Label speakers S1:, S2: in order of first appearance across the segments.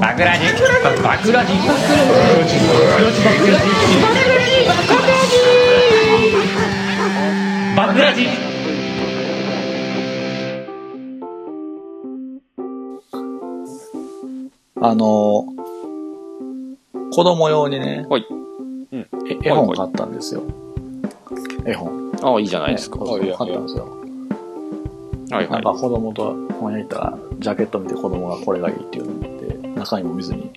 S1: バクラジバクラジバクラジ
S2: あの、子供用にね、
S3: はいうん
S2: え絵本
S3: はいは
S2: 買ったんですよ。絵本。
S3: ああ、いいじゃないですか。
S2: ね
S3: は
S2: そうそう買ったんですよ。
S3: い
S2: な
S3: は
S2: ん
S3: い
S2: か。子供と本屋行ったら、ジャケット見て子供がこれがいいっていうのをって、中身も見ずに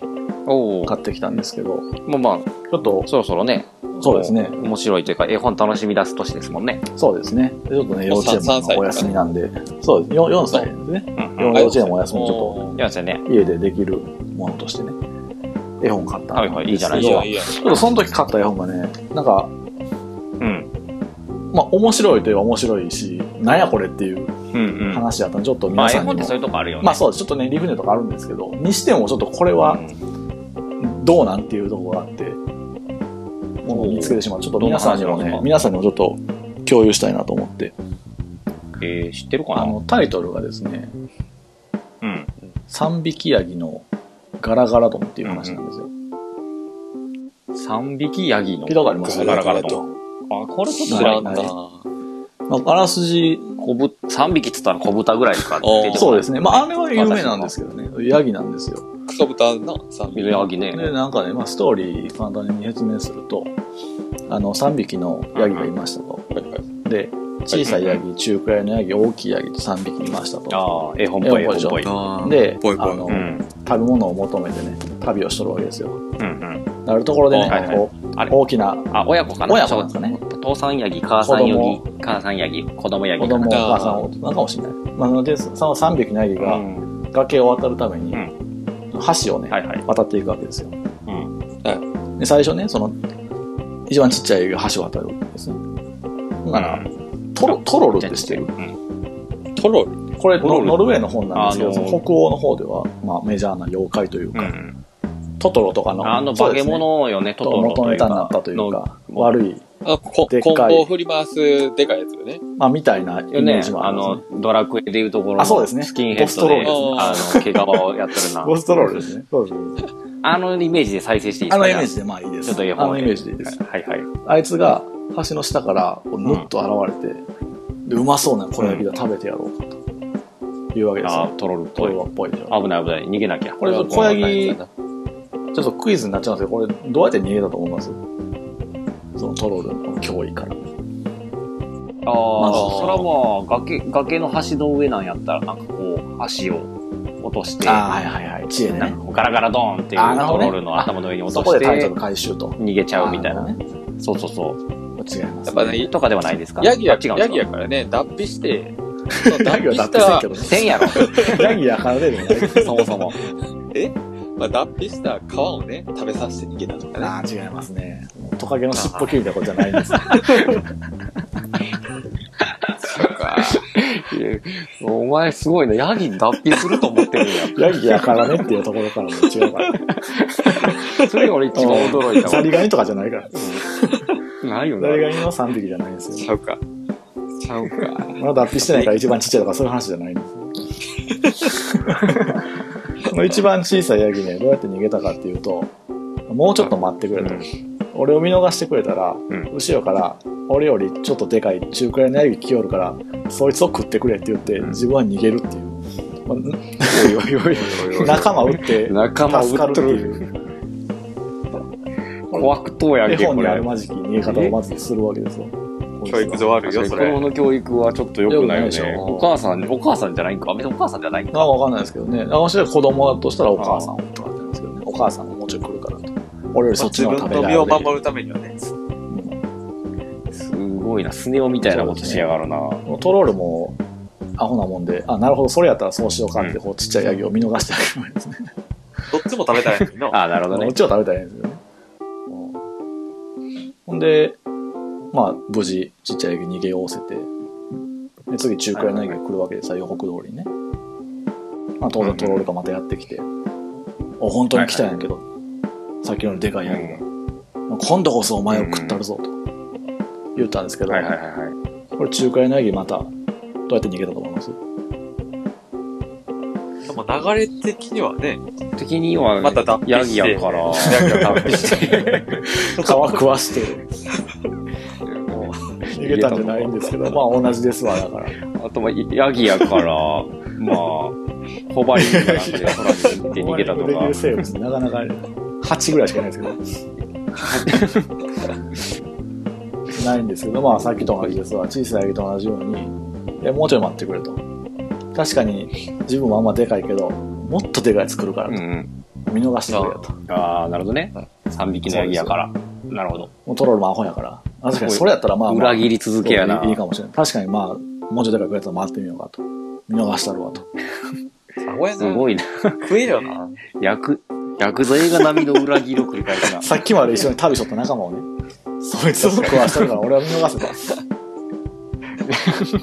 S3: おお。
S2: 買ってきたんですけど、
S3: もうまあ、
S2: ちょっと、
S3: そろそろね、
S2: そうですね。
S3: 面白いというか、絵本楽しみ出す年ですもんね。
S2: そうですね。でちょっとね、幼稚園も
S4: 三歳とかね
S2: お休みなんで、そうです。4, 歳ですね。
S3: うんうん。
S2: 幼
S3: や
S2: 幼稚園もお休みちょ
S4: お
S3: りますよね
S2: っ。と家でできるものとしてね、絵本買ったんで
S3: は
S2: すけど。
S3: いはいいいじゃな
S4: ー
S3: い
S4: いい
S3: です
S4: や
S3: か
S2: ちょっ
S4: んいいやん
S2: とその時買った絵本がね、なんか、
S3: うん。
S2: まあ面白いといえば面白いし、なんやこれっていう
S3: うんうん。
S2: 話だったんで、ちょっと
S3: ま
S2: 皆
S3: あ、絵
S2: さんにも。
S3: 本ってそういうとこあるよね。
S2: まあそうですちょっとね、リフネとかあるんですけど、にしてもちょっとこれ
S3: う
S2: は
S3: ん。
S2: どうなんっていうところがあって、もう見つけてしまう。ちょっと皆さんにも
S3: どんな話なの
S2: ね
S3: か、
S2: 皆さんにもちょっと共有したいなと思って。
S3: えー、知ってるかな
S2: あの、タイトルがですね、
S3: うん。
S2: 三匹ヤギのガラガラドンっていう話なんですよ。
S3: 三匹ヤギの。
S2: 聞いたことあります
S3: ガラガラと。あ、これちょっと
S4: 知
S3: 知ら
S4: ら
S3: ん
S4: ん
S3: な
S4: な。
S2: はいまあ、あらすじ、
S3: 小ぶ、三匹っつったら小豚ぐらいかって言ってた
S2: そうですね。まああれは有名なんですけどね、ヤギなんですよ。
S4: クソ豚のさ、
S3: ヤギね。
S2: でなんかね、まあ、ストーリー簡単に説明するとあの3匹のヤギがいましたと、
S4: はいはい
S2: で小さいヤギ中くらいのヤギ大きいヤギと3匹いましたと
S3: ああ、絵本っぽい、絵
S2: 絵
S3: 本
S2: 本
S3: っ
S2: っ
S3: ぽ
S2: ぽ
S3: い。
S4: あー
S2: で
S4: ぽいぽい
S2: あの、
S3: うん。
S2: 食べ物を求めてね旅をしとるわけですよ
S3: うんうん。
S2: なるところでね、
S3: はいはい
S2: こう
S3: あれ
S2: 大きな
S3: あ、親子かな
S2: 親子なんかね
S3: そう父さんヤギ、母さんヤギ、母さんヤギ、子供ヤギ
S2: 子
S3: かな。
S2: 供お
S4: だな
S2: 母さんおなんかもしれない、まあ、なのでその3匹のヤギ
S3: う
S2: が
S3: ん
S2: 崖を渡るために
S3: う
S2: 橋をね、
S3: はいはい。
S2: 渡っていくわけですよ
S3: うん。
S2: で最初ねその一番ちっちゃいヤギが橋を渡るんですねほんなら、トロトロルって知ってる
S3: うん
S4: トロル
S2: これ
S3: ノル
S2: ノノルウェーの本なんですけど、
S3: あのー
S2: その北欧の方では、まあ、メジャーな妖怪という
S3: う
S2: か、
S3: ん。
S2: トトロとかの
S3: あの、
S2: そ
S3: 化
S2: うで
S3: け
S2: すね
S3: 物よね、ト
S2: と
S3: トロ
S2: 元
S3: とい
S2: ネ
S3: う
S2: タになった
S3: か。
S2: という
S3: の
S2: か、悪い、
S4: あこ
S2: でっか
S4: コ
S2: い
S4: ンボを振り回すでかいやつよね。
S2: まあ、みたいなイ
S3: よ
S2: メー
S3: ね
S2: ジ、もあ
S3: あ
S2: るんですね。
S3: の、ドラクエでいうところの
S2: あそうですね
S3: スキンヘッドで、あ
S4: ボ
S3: の、毛皮をやってるな。
S2: ゴーストロールですね。そうです
S3: あのイメージで再生していいで
S2: あ
S3: すか
S2: のイメージで、まあいいで
S3: ち
S2: す。
S3: ょっと絵
S2: あ
S3: 本
S2: の
S3: へ
S2: イメージでいいです。
S3: はいはい。
S2: あいつが橋の下から、こうぬっと現れて、でうまそうな小焼きが食べてやろうかというわけです
S3: あ
S2: よ。
S3: トロルっ
S2: こ
S3: ぽい
S2: れ。はっぽいでしょ。
S3: 危ない危ない。逃げなきゃ。
S2: これ、小ヤギ、ちょっとクイズになっちゃうんですけど、これ、どうやって逃げたと思いますそのトロールの脅威から。
S3: ああ、
S2: まず
S3: そらもう崖、崖の橋の上なんやったら、なんかこう、橋を落として、
S2: ああ、はいはいはい。知恵
S3: なん
S2: ね
S3: か。こうガラガラドーンっていう
S2: あーなる
S3: ト
S2: ほどね
S3: ロールの頭の上に落
S2: そ
S3: と
S2: こ
S3: し
S2: でタイト
S3: て
S2: ル、回収と。
S3: 逃げちゃうみたいな。
S2: ね。
S3: そうそうそう。
S2: 違います。
S4: やっぱね、
S3: とかではないですか
S4: ヤギや、
S3: あ違うんです
S4: ヤ
S3: か
S4: ギやからね、脱皮して、その 脱
S2: ヤギ
S4: 皮
S2: は
S4: し
S2: 脱皮せん
S4: た
S2: け、どね。
S3: せんやろ、
S2: ヤギやからでも ない。
S3: そもそも。
S4: まあ、脱皮した皮をね、食べさせて逃げたとかね。
S2: ああ、違いますね。トカゲの尻尾切りみたいなことじゃないん です。
S4: そうか。
S3: お前すごいな。ヤギ脱皮すると思ってるん
S2: ヤギやからねって いうところからも違うからね。
S3: や。それが俺一番驚いた
S2: ザ
S3: わ。
S2: リガニとかじゃないから。
S3: ないよ
S2: ザリ
S3: ね。
S2: ガニの3匹じゃないんですよ。
S4: ちゃうか。ちゃうか。
S2: まだ脱皮してないから一番ちっちゃいとかそういう話じゃないん です。この一番小さいヤギね、どうやって逃げたかっていうと、もうちょっと待ってくれと。俺を見逃してくれたら、
S3: ん
S2: 後ろから俺よりちょっとでかい中くらいのヤギ来よるからそいつを食ってくれって言って、
S3: ん
S2: 自分は逃げるっていう、まあん仲間を撃って
S3: 仲間
S2: 助か
S3: 売
S2: る
S3: っ
S2: って
S3: と
S2: い
S3: る。
S2: う
S3: 怖くとうやん
S2: 絵
S3: け、
S2: 本
S3: こ
S2: にあ
S3: れ
S2: る。まじき逃げ方をまずするわけですよ
S4: 教育上あるよ、
S3: 子
S4: それ
S3: 供。の教育はちょっと良くないよ
S2: 良くない
S3: ね。
S2: でしょ
S3: お母さん、お母さんじゃないんか。別にお母さんじゃないん
S2: なんか
S3: か。
S2: わかんないですけどねあもし子供だとしたらお母さんをとかってなんですけどねお母さんがもうちょい来るからと俺よりそっち
S4: 自
S2: の
S4: 分
S2: 方が食べられる
S4: の身を守るためにはね。
S3: すごいな。スネ夫みたいなことしやがるな。
S2: もうトロールもアホなもんであなるほどそれやったらそうしようかって、こうちっちゃいヤギを見逃してあげるわけですね
S4: どっちも食べ たいのにな。
S3: ああ、なるほど
S2: こ
S3: ね
S2: っ。ちを食べたらいいんですよね。ほんで、まあ、無事、ちっちゃいヤギ逃げおおせて、で次、中くらいのヤギが来るわけでさ、予告通りにね。まあ、当然、トロールがまたやってきて、お、本当に来たんやけど、さっきのでかいヤギが、まあ今度こそお前を食ったるぞ、と言ったんですけど、
S3: はいはいはいはい。
S2: これ、中くらいのヤギまた、どうやって逃げたと思います
S4: でも流れ的にはね、
S3: 的には、
S4: また脱皮して
S3: ヤギやから、
S4: ヤギが脱皮して、
S2: 皮食わして
S3: も
S2: 逃げたんじゃないんです けど、まあ同じですわ、だから。
S3: うあとはヤギやから、まあ、ホバリングなん かで空に行って逃げたと
S2: レギュ
S3: か
S2: ラー、生物なかなか8ぐらいしかないですけ ど。ないんですけど、まあさっきと同じですわ。小さいヤギと同じように、いやもうちょい待ってくれと。確かに自分はあんまでかいけど、もっとでかい作るから
S3: う
S2: と、
S3: ん。
S2: 見逃してくれよと。
S3: ああ、なるほどね。3匹のヤギやから。なるほど。
S2: もうトロールもアホやから。あ確かにそれやったらまあ、まあ、
S3: 裏切り続けやな。
S2: いいかもしれない。確かにまあ、もうちょいでかいくやつを回ってみようかと。見逃したるわと。
S3: すごいな。
S4: 食えよな。
S3: 薬、薬剤が並みの裏切りを繰り返すな。
S2: さっきまで一緒に旅しとった仲間をね、そいつを食わしたるから俺は見逃せ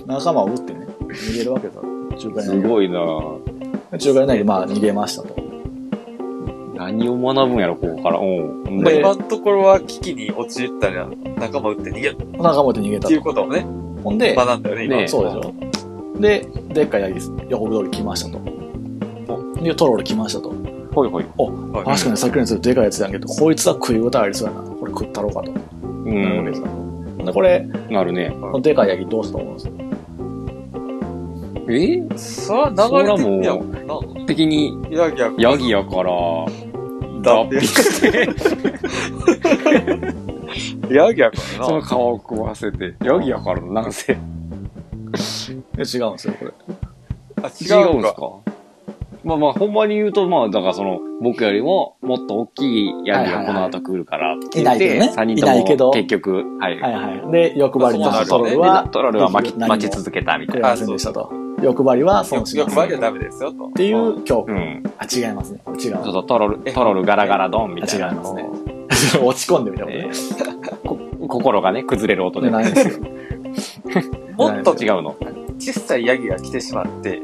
S2: た。仲間を撃ってね、逃げるわけだ。中華
S3: す
S2: に
S3: ごいな。
S2: 中華になり、まあ逃げましたと。
S3: 何を学ぶんやろ、ここから。うん。
S4: まあ
S3: で、
S4: 今のところは危機に陥ったら仲間打って逃げるっ
S2: 仲間を撃って逃げた
S4: ていう
S2: と。
S4: ことをね、
S2: ほんで、
S4: 学んだよね、今。
S3: ね
S2: そうでしょ。で、でっかいヤギ、予告通り来ましたと。で、トロール来ましたと。
S3: ほいほい。
S4: はい
S2: 確かにさっきのやつでかいやつやんけど、こいつは食い応えありそうやな。これ食ったろうかと。
S3: う
S2: なる
S3: ん
S2: わけです。よで、これ、
S3: なるね。
S2: このでかいヤギどうしたと思うんですか
S3: え
S4: それは流れ的にはもう
S3: 的に、
S4: な、ヤギや
S3: ヤギやから、脱皮して、
S4: ヤギやからな。
S3: その皮を食わせて、ヤギやからなんせ。
S2: え違うんですよ、これ。
S4: あ、
S3: 違
S4: 違
S3: う
S4: うん
S3: です
S4: か。
S3: かまあまあ、ほんまに言うと、まあ、だからその、僕よりも、もっと大きいヤギがこの後来るから、って言っ
S2: いないけ
S3: て、
S2: どね
S3: 3人と
S2: いないけど
S3: も、結局、はい。
S2: はいはい。で、欲張り
S4: まあ
S2: の
S4: そ
S2: ト
S4: う
S2: ロ
S4: なる
S2: ール
S4: よね
S3: は
S2: は、
S3: トロールは巻き
S2: 何も
S3: 巻き続けたみた
S2: 食
S3: い
S2: え
S3: な。
S2: ませんでしたと。欲張りは損し
S4: よ
S2: ま
S4: く
S2: せん
S4: ま
S2: っ
S4: ではダメですよ、と。
S2: ていう教
S3: う
S2: 訓。
S3: ん。
S2: あ、違いますね。これ違う
S3: ちょっ
S2: な。
S3: とトロール、トロールガラガラドンみたいな。
S2: あ違いますね落ち込んでみたもん
S3: え
S2: ね。
S3: ーこ 心がね、崩れる 音で。
S2: ないんですよ。
S4: もっと
S3: 違うの。
S4: 小さいヤギが来てしまって、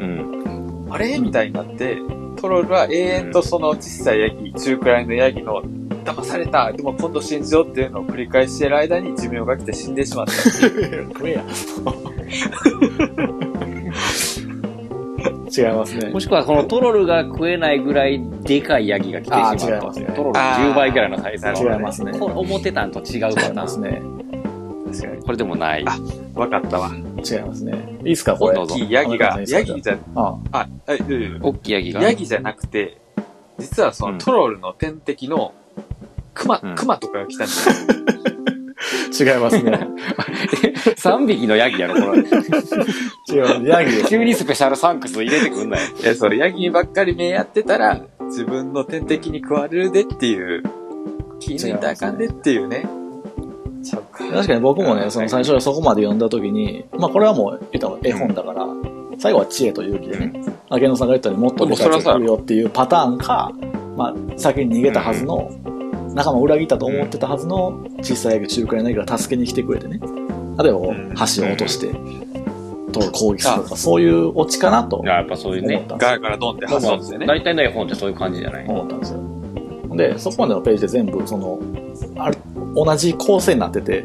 S3: うん。
S4: あれみたいになって、トロールは永遠とその小さいヤギ、中くらいのヤギの、騙されたでも今度信じようっていうのを繰り返している間に寿命が来て死んでしまった。
S2: 食えや。違いますね
S3: も。しくは、このトロールが食えないぐらいでかいヤギが来てしまう
S2: あー違いますね
S3: トロール10倍ぐらいのサイズ
S4: あ
S3: の。
S4: ー
S2: 違いますね。
S3: これ思ってたんと違うパタ
S2: 違い
S3: ー
S2: ます
S3: ン。
S2: ね。
S4: 確かに。
S3: これでもない。
S4: あわかったわ。
S2: 違いますね。いいっすか、これ。
S3: ど
S4: 大
S3: うぞ
S4: きいヤギ
S2: あ
S4: が、
S2: ごめんなさ
S4: ヤ
S2: い
S4: ギじゃ、
S2: あ
S4: あ、はい、いやいやいや
S3: 大きいヤギが。
S4: ヤギじゃなくて、実はそ
S3: うん
S4: のトロールの天敵のクマ、
S3: うん
S4: クマとかが来たんじゃない
S2: 違いますね。
S3: 3匹のヤギやろ、これ。
S2: 違います。ヤギで す
S3: 急にスペシャルサンクス入れてくんなよ。
S4: いや、それヤギにばっかり目やってたら、自分の天敵に食われるでっていう、気抜いたらあかんでっていうね。ちゃうか。
S2: 確かに僕も
S4: は
S2: ね、
S4: い
S2: その最初そこまで読んだ時に、まあこれはもう、言ったら絵本だから、最後は知恵と勇気でね、あけのさんが言ったようにもっと理解するよっていうパターンか、まあ先に逃げたはずの、仲間を裏切ったと思ってたはずの小さいヤギ、中くらいのヤギが助けに来てくれてね、例えばこ
S4: うん
S2: う箸を落として、と攻撃するとか、そういうオチかなと
S3: いや、やっぱそういう
S2: 思っ
S3: ね。
S2: たんです
S4: ガラ
S2: よ。
S4: ガラドンって
S3: まあま
S4: 挟
S3: あ
S4: んでね。
S3: 大体の絵本ってそういう感じじゃない
S2: 思ったんですよ。で、そこまでのページで全部、その、あれ同じ構成になってて、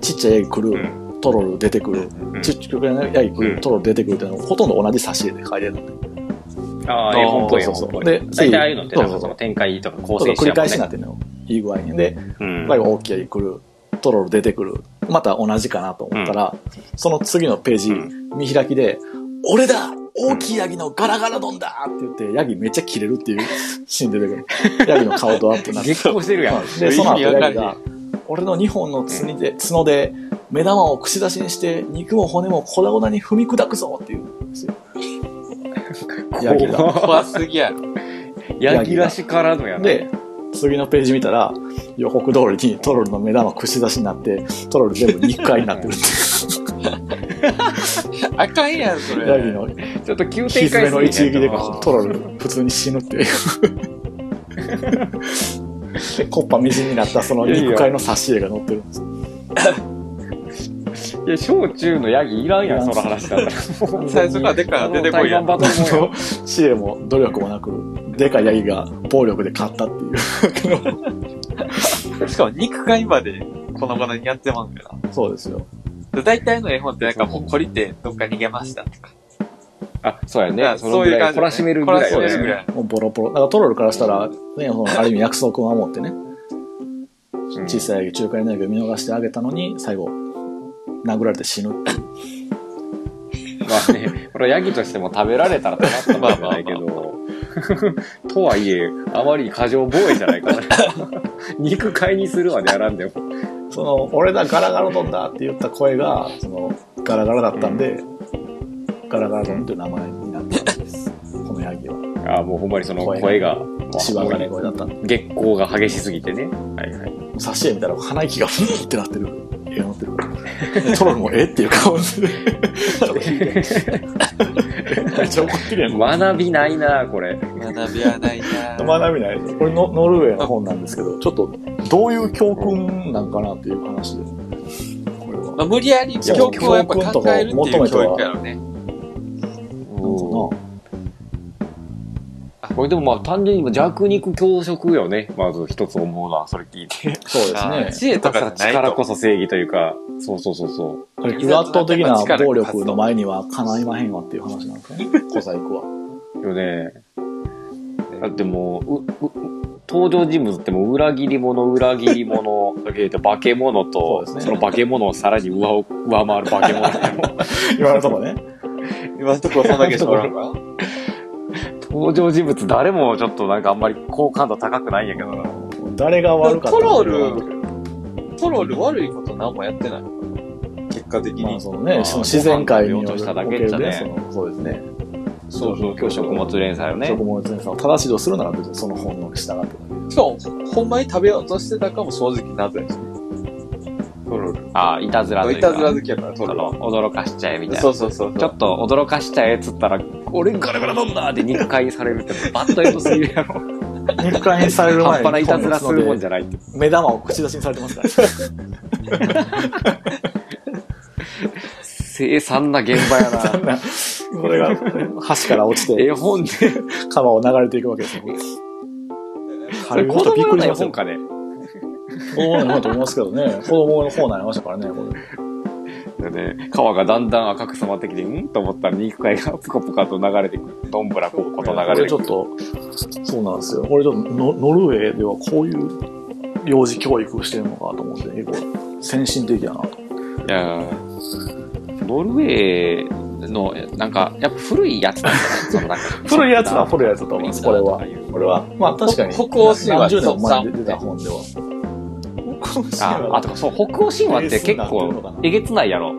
S2: ちっちゃいヤギ来る、トロル出てくる、
S3: うん
S2: ちっちゃくないヤギく
S3: うん
S2: ん、トロル出てくるっていうのはほとんど同じ挿絵で書いてるので、
S3: あ
S4: あ
S3: あ、
S4: ー
S3: 絵本っぽい絵
S2: そうそう
S3: 本っぽ
S2: そう
S3: い。
S2: で
S3: 大体ああいうのって、なんか
S2: そうそう
S3: そ
S2: そ
S3: の
S2: う
S3: 展開とか構
S2: ちょ
S3: 成
S2: っ
S3: して
S2: と繰
S3: や
S2: り返しにな
S3: も
S2: ってるのよ。いい具合に。で、
S3: ん
S2: 最
S3: ね。
S2: 後大きいヤギ来る、トロル出てくる、また同じかなと思ったら、その次のページ、
S3: う
S2: 見開きで、俺だ大きいヤギのガラガラドンだって言って、ヤギめっちゃ切れるっていうシーン出てくる。ヤギの顔とアップになって
S3: 激高してるやん。
S2: で、その後
S4: 意味わか
S2: ヤ
S4: ん
S2: ギ
S4: な
S2: が、俺の2本の角で、角で、目玉を串出しにして、肉も骨も粉々に踏み砕くぞって いうんですよ。ヤギが
S4: 怖すぎやろ。
S3: ヤギらしからのやな。
S2: で、次のページ見たら、予告通りにトロルの目玉串出しになって、トロル全部肉塊にな ってるって
S4: あかんやん、そ
S2: い
S4: れ。
S2: う、ヤギの
S3: ちょっと急
S2: ひ
S3: 展
S2: ず
S3: 開
S2: め
S3: す
S2: の
S3: る
S2: 一撃で
S4: あー
S2: トロル普通に死ぬ っていう。で、コッパみじんになったその肉塊の挿絵が載ってるんですよ。
S3: いや、小中のヤギいらんやん、その話だったら。
S4: 最初からでっかいの出てこいや
S3: あ
S4: ん。
S3: の対岸バトルも
S2: その知恵も努力もなく、でかいヤギが暴力で勝ったっていう。
S4: しかも肉塊まで粉々にやってまうんから。
S2: そうですよ。
S4: 大体の絵本ってなんかもう懲りてどっか逃げましたとか。
S3: あ、そうや
S4: だから
S3: ね。 そのぐらい、懲らしめるぐらい
S4: 懲
S3: は
S4: ら
S3: ね
S4: しめるぐらい。
S2: もうボロボロ。だからトロルからしたら、ね、そのある意味約束を守ってね、
S3: うん
S2: 小さい中華エネルギーを見逃してあげたのに、最後、殴られて死ぬって。
S3: まあね、これヤギとしても食べられたらたまったもんじゃないけど、とはいえ、あまりに過剰防衛じゃないかな。 肉買いにするまでやらんでも。
S2: その、俺だ、ガラガラドンだって言った声が、その、ガラガラだったんで、ガラガラドンっていう名前になったんです。このヤギは。
S3: あもうほんまにその
S2: 声が
S3: 声が、
S2: 芝
S3: も
S2: が
S3: う
S2: ね、声だったんで。
S3: 月光が激しすぎてね。はいはい。
S2: 差し絵見たら鼻息がふーってな ってる。えなってる。でトロルもえっていう顔する。ちょっと聞いて。めっちゃ怒ってるやん。
S3: 学びないな、これ。
S4: 学びはないなぁ。
S2: 学びないですこれのノルウェーの本なんですけど、ちょっとどういう教訓なんかなっていう話です。これ
S4: ま
S2: は。
S4: あ、無理やり教育をやっぱ考えるっていう教育やろうね。
S2: なんか
S3: これでもまあ単純に弱肉強食よね。まず一つ思うのは、それ聞いて。
S2: なそう
S4: あー
S2: ですね。
S4: 知恵と
S3: だ
S4: か
S3: か
S4: じ
S3: ら
S4: ゃな
S3: 力
S4: いと
S3: こ。そ正義というか、そうそうそうそう。
S2: これ圧倒的な暴力の前にはかないまへんわっていう話なんですね。 小細工は。
S3: よね。だってもう、うう登場人物ってもう裏切り者、裏切り者、だけど化け物と、
S2: そ
S3: そ,、
S2: うですね
S3: の化け物をさらに上を上回る化け物。
S2: 今のとこね。
S4: 今のと ころそんだけしかおらんから。
S3: 登場人物誰もちょっとなんかあんまり好感度高くないんやけどな。
S2: 誰が悪かった
S4: ト
S2: の
S4: ロール、トロール悪いこと何もやってない。結果的
S2: まあ
S4: に。
S2: その
S3: ま
S2: ね、
S3: あ
S2: その自然界による
S3: ご飯食べようとしただ
S2: お
S3: け
S2: け
S3: っちゃ
S2: る
S3: ね
S2: ね、そのそうですね。
S3: そうそう、今日食物連載をね
S2: 食。物連鎖を正しいとするなら別にその本能に従 ってだけ
S4: しかも、ほんまに食べようとしてたかも正直なぜ。トロー
S3: ああ、いたずらと
S4: ル。
S3: いう
S4: い
S3: か。
S4: たずら好きやから、ト
S3: そ
S4: ロ
S3: の、驚かしちゃえみ
S4: ー
S3: たい
S4: ル。
S3: な
S4: そ。うそうそうそう。
S3: ちょっと驚かしちゃえっつったら、俺ガラガラなんだって肉解されるってバッとエンドすぎるや ろ。
S2: ど。肉感にされる前
S3: 半
S2: に
S3: 端ないたずらするもんじ
S2: ゃ
S3: ゃないって。
S2: 目玉を口出しにされてますから。
S3: 凄惨な現場や な。
S2: こ れが橋から落ち
S3: 絵
S2: て
S3: 本で。
S2: 川を流れていくわけですよ。
S3: それ子供用の絵本か
S2: か。
S3: ね。
S2: 子供の方と思いますけどね。子供の方になりましたからね、これ。
S3: ね、川がだんだん赤く染まってきて、うんと思ったら肉塊がぷかぷかと流れてくる。どんぶらこっこと流れ
S2: こ
S3: て
S2: れちょ
S3: く
S2: っ
S3: る。
S2: と、そうなんですよ。これちょっとノノルウェーではこういう幼児教育をしてるのかと思って、結構先進的やなと。
S3: いやーノルウェーの、なんか、やっぱ古いやつなんだね。そのなんか
S2: 古いやつは古いやつだと思います、これは。これは。まあ確かに。
S4: 北北欧神話
S2: 何十年も前に出た本では。北欧神
S3: あ、あとかそう、北欧神話って結構、えげつないやろ。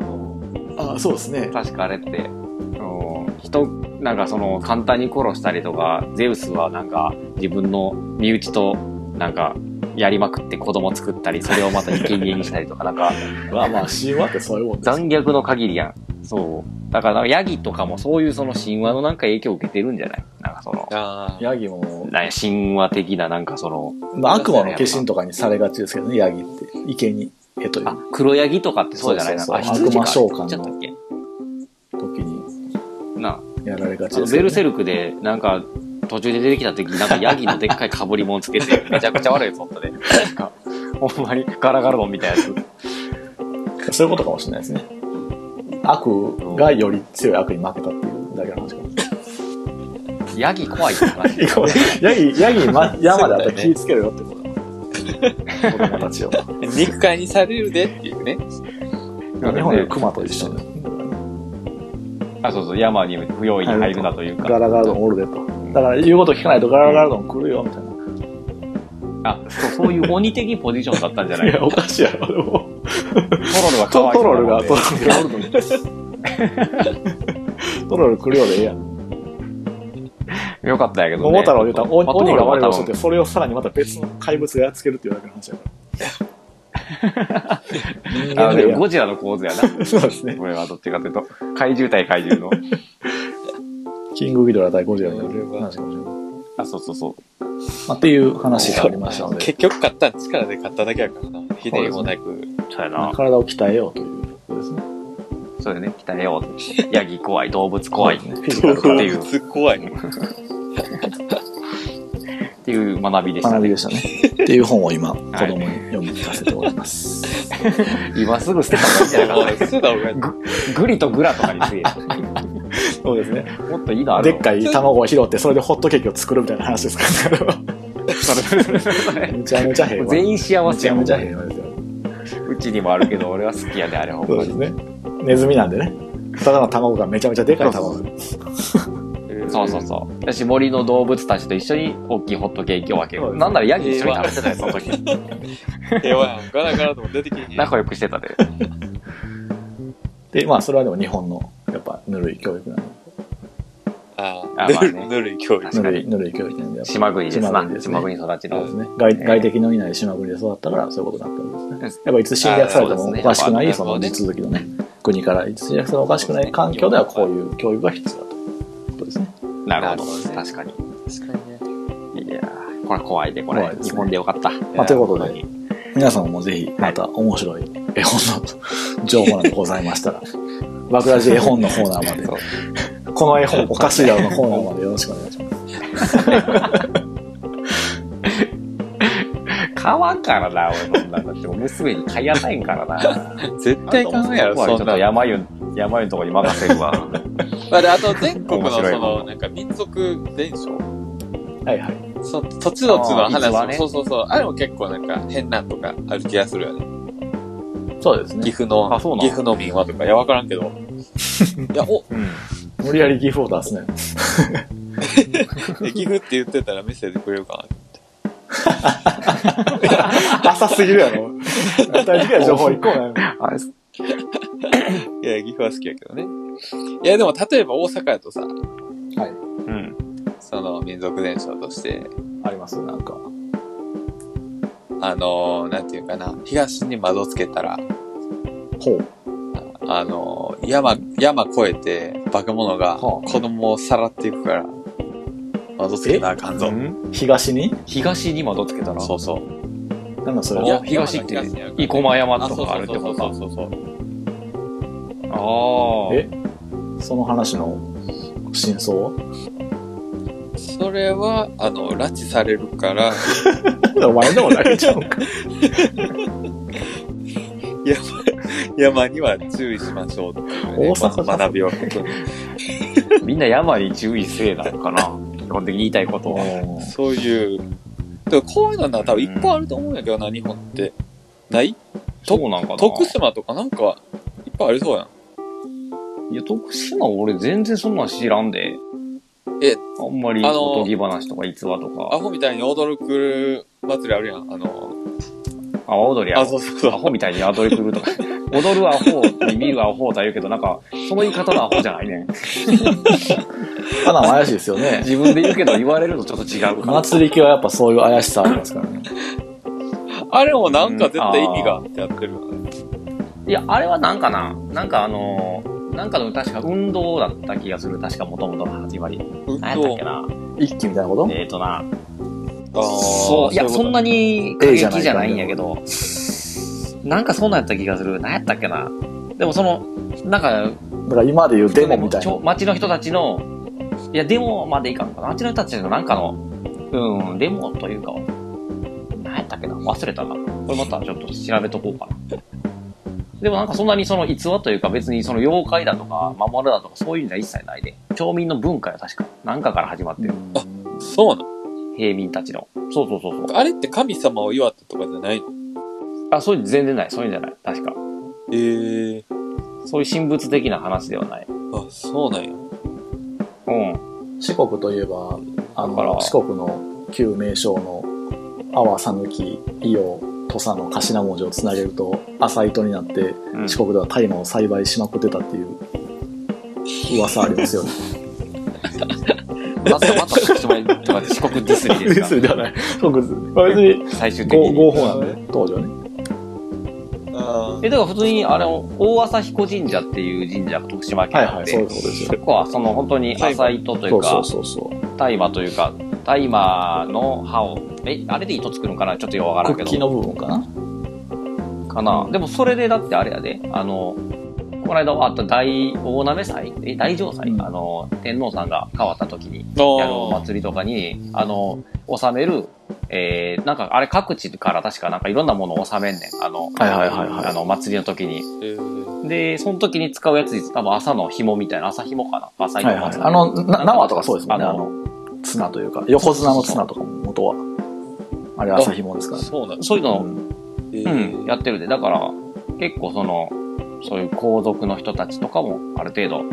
S2: あそうですね。
S3: 確かあれって、あの人、なんかその、簡単に殺したりとか、ゼウスはなんか、自分の身内と、なんか、やりまくって子供作ったり、それをまた生贄にしたりとか、なんか、
S2: まあまあ、神話ってそういうもんです。
S3: 残虐の限りやん。そう。だから、なんかヤギとかもそういうその神話のなんか影響を受けてるんじゃないなんかその、
S4: あ
S2: ヤギも、
S3: なんや神話的ななんかその、
S2: まあ、悪魔の化身とかにされがちですけどね、ヤギって。池に、絵とい
S3: あ
S2: う、
S3: 黒ヤギとかってそうじゃないな
S2: そうそうそう
S3: あ、羊か
S2: 悪魔召喚の
S3: ちゃったっけ
S2: 時に
S3: なあ
S2: やられがち
S3: あ
S2: で
S3: の
S2: す
S3: ベ
S2: けど
S3: ル
S2: ね。
S3: セルクで、なんか、途中で出てきた時に、なんかヤギのでっかい被り物つけて、 めちゃくちゃ悪いやつおったで。なんか、ほんまにガラガラドンみたいなやつ。
S2: そういうことかもしれないですね。悪がより強い悪に負けたっていうだけの話かもし
S3: ヤギ怖いって話。
S2: れない。ヤギ、ヤギ、ま、山であったら気ぃつけるよってことだ。子供た ちを。
S4: あ。肉塊にされるでっていう ね。
S2: 日本でいう熊と一緒で。
S3: あ、そうそう、山に不用意に入るなという
S2: ガ
S3: か。
S2: ラガラドンおるでと。だから言うこと聞かないとガラガラドン来るよみたいな。
S3: あそう、そういう鬼的ポジションだったんじゃない
S2: いや、おかしいやろ、でも。
S3: トロルは可
S2: ト
S3: 愛い
S2: トロルが、トロルが、
S3: ルが。
S2: トロル来るよでええやん。
S3: よかったんやけど、ね。
S2: 桃太郎言うたら、お
S3: まあトロ
S2: 鬼
S3: ル
S2: が
S3: は
S2: 我
S3: 多
S2: を
S3: 分
S2: してて、それをさらにまた別の怪物がやっつけるっていうだけの話やから。人間
S3: あ
S2: で
S3: でも
S2: ええや
S3: ゴジラの構図やな。
S2: ん そうですね。
S3: これはどっちかというと、怪獣対怪獣の。
S2: キングギドラ対ゴジラの
S4: それは
S2: 話かもしれない。
S3: あ、そうそうそう。
S2: まあ、っていう話がありましたので、
S4: 結局勝ったん力で勝っただけやからな。ひねりもなく。
S3: そうやな。
S2: 体を鍛えようということですね。
S3: そうよね。鍛えよう。ヤギ怖い、動物怖 い。
S2: フィジカル
S3: そ
S2: か
S3: う
S2: ら
S3: ね
S4: 動物怖い。
S3: っていう学びでした
S2: 学び
S3: ね。
S2: でしたね。 っていう本を今、子供に読み聞かせております。
S3: 今すぐ捨てた方がいいんじゃないかな。
S4: そうだ、お前。
S3: グリとグラとかにすげえ。
S2: そうですね。
S3: もっといいのある
S2: でっかい卵を拾って、それでホットケーキを作るみたいな話ですから、
S3: い
S2: めちゃめちゃ平和。
S3: 全員幸
S2: め
S3: せ
S2: ち
S3: や
S2: ゃ
S3: もん
S2: めちゃ平和ですよ。
S3: うちにもあるけど俺は好きやであれほん
S2: そう
S3: ま
S2: で
S3: に
S2: すね。ネズミなんでね。ただの卵がめちゃめちゃでかい卵。
S3: そうそうそう私森の動物たちと一緒に大きいホットケーキを分け
S2: そう
S3: る
S2: です
S3: なんならヤギ一緒に食べてたよその時
S4: 平和やん。ガラガラとも出てきて。
S3: 仲良くしてたで
S2: で、まあ、それはでも日本の、やっぱ、ぬるい教育なんで。
S4: あ
S3: あ
S4: あ、
S3: まあね
S4: ぬるいぬるい教育。
S3: 確
S2: ぬ
S3: か
S2: るい、
S3: に
S2: ぬるい教育なんで。やっぱ
S3: 島国です
S2: 島
S3: な
S2: 国ですね
S3: 島国育ち
S2: そう
S3: の
S2: ですね。外外敵のいない島国で育ったから、そういうことになったわけですね。やっぱいつ侵略されて
S3: あーそう
S2: も
S3: ですね
S2: おかしくな
S4: や
S2: い、
S4: っぱ
S2: その地続きのね、国からいつ侵略されてもおかしくない環境ではこういう教育が必要だということですね。
S3: なるほ
S4: なるほ
S3: ど
S4: どね
S3: 確かに
S4: 確かにね。
S3: いやーこれ怖いでこれ
S2: 怖いですね
S3: 日本でよかった
S2: まあ、ということで
S3: 本、
S2: 皆さんもぜひ、また面白い絵本の情報などございましたら、バクラジ絵本のコーナーまで、この絵本おかしいだろうのコーナーまでよろしくお願いします。
S3: 買わんからな俺そんなんだってお娘に買い与えんからな
S4: 絶対買うやろ、
S3: そこはちょ
S4: そん
S3: っと
S4: な。
S3: 山湯山湯のとこに任せるわ
S4: まあで、あと全国
S3: 面
S4: のそ
S3: 白い
S4: の、なんか民族伝承
S2: はいはい。
S4: その土地土地の
S3: あー逸話
S4: 話
S3: ね
S4: そうそうそう。あれも結構なんか変なんとかある気がするよね。
S2: そうです
S4: 岐
S2: ね。
S4: 阜の
S3: あそうな、の
S4: 岐阜の民話とか。いや、わからんけど。いや、お、
S3: うん
S2: 無理やりギフを出すね。
S4: え岐阜って言ってたら見せてくれるか
S2: 浅すぎるやろ。大事な情報一個もない。
S3: あれ
S4: な。いや、岐阜は好きやけどね。いや、でも例えば大阪やとさ、
S3: うん
S4: その民族伝承として、
S2: ありますなんか。
S4: あのー、なんていうかな、東に窓つけたら、
S2: ほう。
S4: あのー、山、山越えて、化け物
S2: は
S4: が
S2: あ
S4: 子供をさらっていくから、窓つけたらあかんぞ。
S2: 東に
S3: 東に窓つけたら
S4: そうそう。
S2: なんかそれ
S4: いや
S2: は。
S3: 東って
S4: 山が東にあるからね
S3: 生駒山とかあるってことか
S4: あそうそうそうそう
S3: ああ
S2: えその話の真相は
S4: そう。それは、あの、拉致されるから、
S2: お前でも投げちゃ うんか。
S4: 山には注意しましょうっていう、ね。
S2: 大阪だ
S4: 学びを。
S3: みんな山に注意せえなのかな基本的に言いたいことは
S4: そういう。でもこういうのな、多分いっぱいあると思うんやけどな、日本って。ない
S3: そうなんかな
S4: 徳島とかなんか、いっぱいありそうやん。
S3: いや徳島俺全然そんなん知らんで
S4: え
S3: あんまり
S4: あの
S3: おとぎ話とか逸話とか
S4: アホみたいに驚く祭りあるやん。あの、
S3: 阿波踊りや
S4: あ、
S3: ろ
S4: そうそうそう。
S3: アホみたいにアドリブとか 踊るアホに見るアホとは言うけどなんかその言い方のアホじゃないね
S2: ただ怪しいですよね。
S3: 自分で言うけど言われるとちょっと違うから
S2: 祭り系はやっぱそういう怪しさありますからね。
S4: あれもなんか絶対意味があってやってるよね。
S3: いやあれはなんかななんかあのーなんかの確か運動だった気がする確か元々の始まり
S4: 運
S3: 何やった
S4: 動
S3: っけ。な
S2: 一気みたいなこと
S3: えっ、ー、とな
S4: あー
S3: そういやそんな
S4: に。
S3: に過
S2: A じゃない
S3: 激じゃないんやけどなんかそんなんやった気がする何やったっけなでもそのなんか
S2: だから今で言うデモみたい
S3: ちょ
S2: な。
S3: 街の人たちの、いや、デモまでいかんのかな。街の人たちのなんかの、うん、デモというか、何やったっけな、忘れたな。これまたちょっと調べとこうかな。でもなんかそんなにその逸話というか別にその妖怪だとか守るだとかそういうのは一切ないで、町民の文化や確か、なんかから始まってる。
S2: うん
S4: そうなの
S3: 平民たちの。そうそうそうそう。
S4: あれって神様を祝ったとかじゃないの
S3: あ、そういうの全然ない。そういうんじゃない。確か。
S4: ええ
S3: そういう神仏的な話ではない。
S4: あ、そうなんや。
S3: うん。
S2: 四国といえば、あ
S3: だから
S2: の、四国の旧名称の、阿波、讃岐、伊予、土佐の頭文字をつなげると、朝糸になって、
S3: うん
S2: 四国では大麻を栽培しまくってたっていう噂ありますよ ね。
S3: また、また、とかで四国ディスリですか
S2: ではない。四国です。まあ別に
S3: 最終的
S2: 合、
S3: に。
S2: 合法なんで、当時はね。
S4: あ
S3: え、だから普通に、あの、大朝彦神社っていう神社が徳島県
S2: はい
S3: あって、
S2: はい、そういうことですよ
S3: そ。こはその本当に朝糸とい
S2: そううそ
S3: か
S2: う、そうそう。
S3: 大麻というか、大麻の葉を、え、あれで糸作るんかなちょっとよくわからんけ
S2: 茎
S3: ど、
S2: の部分かな
S3: かな。でもそれでだってあれやで、あの、この間あった大大鍋祭え、大城祭、
S2: うん
S3: あの、天皇さんが変わった時に、
S4: あ
S3: やるお
S4: ー。
S3: 祭りとかに、あの、納める、えー、なんかあれ各地から確かなんかいろんりんなものを納めんねん。あの、
S2: はいはいはいはい
S3: あの、祭りの時に。
S4: えー
S3: で、その時に使うやつに多分朝の紐みたいな、朝紐かな朝
S2: は
S3: 紐
S2: い
S3: か
S2: はい。
S3: な
S2: あの、な縄とかそうですもんね。
S3: あ
S2: あ
S3: の
S2: の、綱というか、横綱の綱とかも元は。あれ、朝紐ですからね。
S4: そうなん
S3: そういうのを
S2: うん
S4: え
S3: うん、やってるで。だから、結構その、そういう皇族の人たちとかも、ある程度、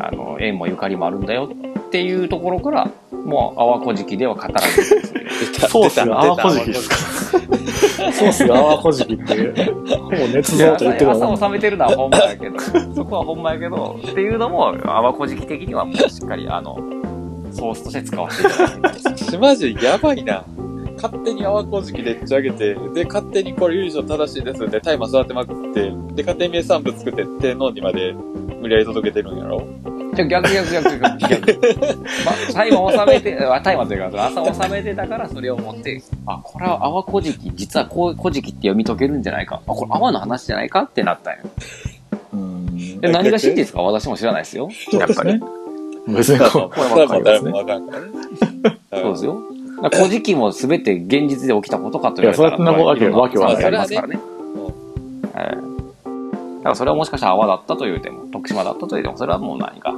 S3: あの、縁もゆかりもあるんだよっていうところから、もう、阿波小じきでは語らずに。
S2: ソースが泡
S4: 泡
S2: こじきですかソースが泡こじきって いう。ほぼ捏
S3: い
S2: 造
S3: や
S2: と言ってる
S3: 朝
S2: も
S3: を
S2: ん。
S3: 収めてるのはほんまやけど、 そこはほんまやけど、っていうのも、阿波小じき的にはもうしっかり、あの、ソースとして使わせていただいてます。
S4: マジやばいな。勝手に泡こじきでっち上げて、で、勝手にこれ、由緒正しいですって、大麻育てまくって、で、勝手に名産物作って、天皇にまで無理やり届けてるんやろ
S3: ちょ逆逆逆逆逆。まあ、タイマー収め て、あ、タイマーというか、朝収めてたからそれを持って、あ、これは泡古事記、実はこう古事記って読み解けるんじゃないか。あ、これ泡の話じゃないかってなったんよ。
S2: うん
S3: で何が真実ですか私も知らないですよ。やっぱり。。
S2: 別 にこ
S4: これ
S2: わか
S4: も
S2: るや
S4: 誰
S2: つね
S4: もわかんからね。
S3: そうですよ。だから古事記も全て現実で起きたことかと
S2: う。い
S3: 言われ
S2: や、
S3: た
S2: そ
S3: ら。
S2: んなわけ、
S3: まあ
S2: わけは
S4: わ
S2: な
S3: あ
S2: い
S4: か
S3: り
S4: る。
S3: ますからね。はいだからそれはもしかしたら泡だったという点も、徳島だったという点も、それはもう何か、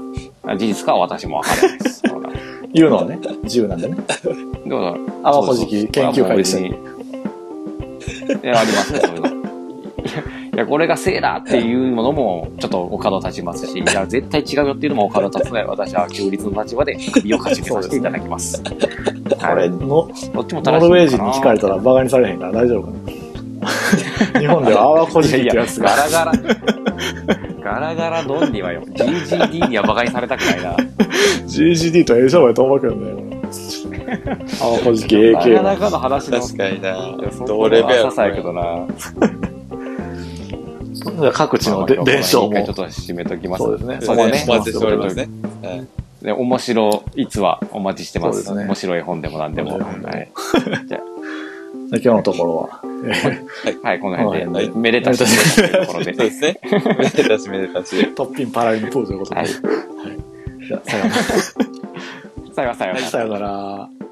S3: 事実かは私もわからないです。そうだ
S2: 言うのはね、自由なんでね。
S3: どうだろう
S2: 泡ほじき研究会でしたね
S3: いや、ありますね、そういうの。いやいや、これが正だっていうものも、ちょっとお角立ちますし、いや、絶対違うよっていうのもお角立つので、私は中立の立場で首をかしげさせていただきます。
S2: これ、の
S3: どっちも
S2: ノ
S3: 正しい
S2: ルウェ
S3: の
S2: ー人
S3: かな
S2: に聞かれたらバカにされへんから大丈夫かな。日本では泡こじきってやつが。
S3: いやいやガラガラ。ガラガラドンにはよ、GGD には馬鹿にされたくないな。
S2: GGD と A 商売と思うけどね。泡こじき
S3: なか
S2: AK
S3: な
S2: の。
S3: かの話の。
S4: 確かにな。
S3: ど
S4: 同
S3: れ
S4: レ
S3: も
S4: ベル
S3: ささやけどな。
S2: 各地ので
S3: まあ
S2: 伝承
S3: まあ一回
S2: も
S3: ちょっ。と締めときます。
S2: そうですね。
S4: そ
S2: そうこ
S4: で
S2: は
S4: すね
S2: ね。。
S4: お待ちしておりますね。はい
S3: ね、面白いつはお待ちしてま
S2: そう
S3: す。
S2: ですね
S3: 面白い本でも何でも。
S2: 面白い本でも
S3: はい、
S2: 今日のところは。
S3: はい、この辺で、
S2: はい
S3: めでたしめでたしというと ころで
S4: そう。です ね。めでたしめでたし。
S2: トッピンパラリのポーズということで。
S3: はい
S2: じゃあさようなら。
S3: さようなら。
S2: さようなら。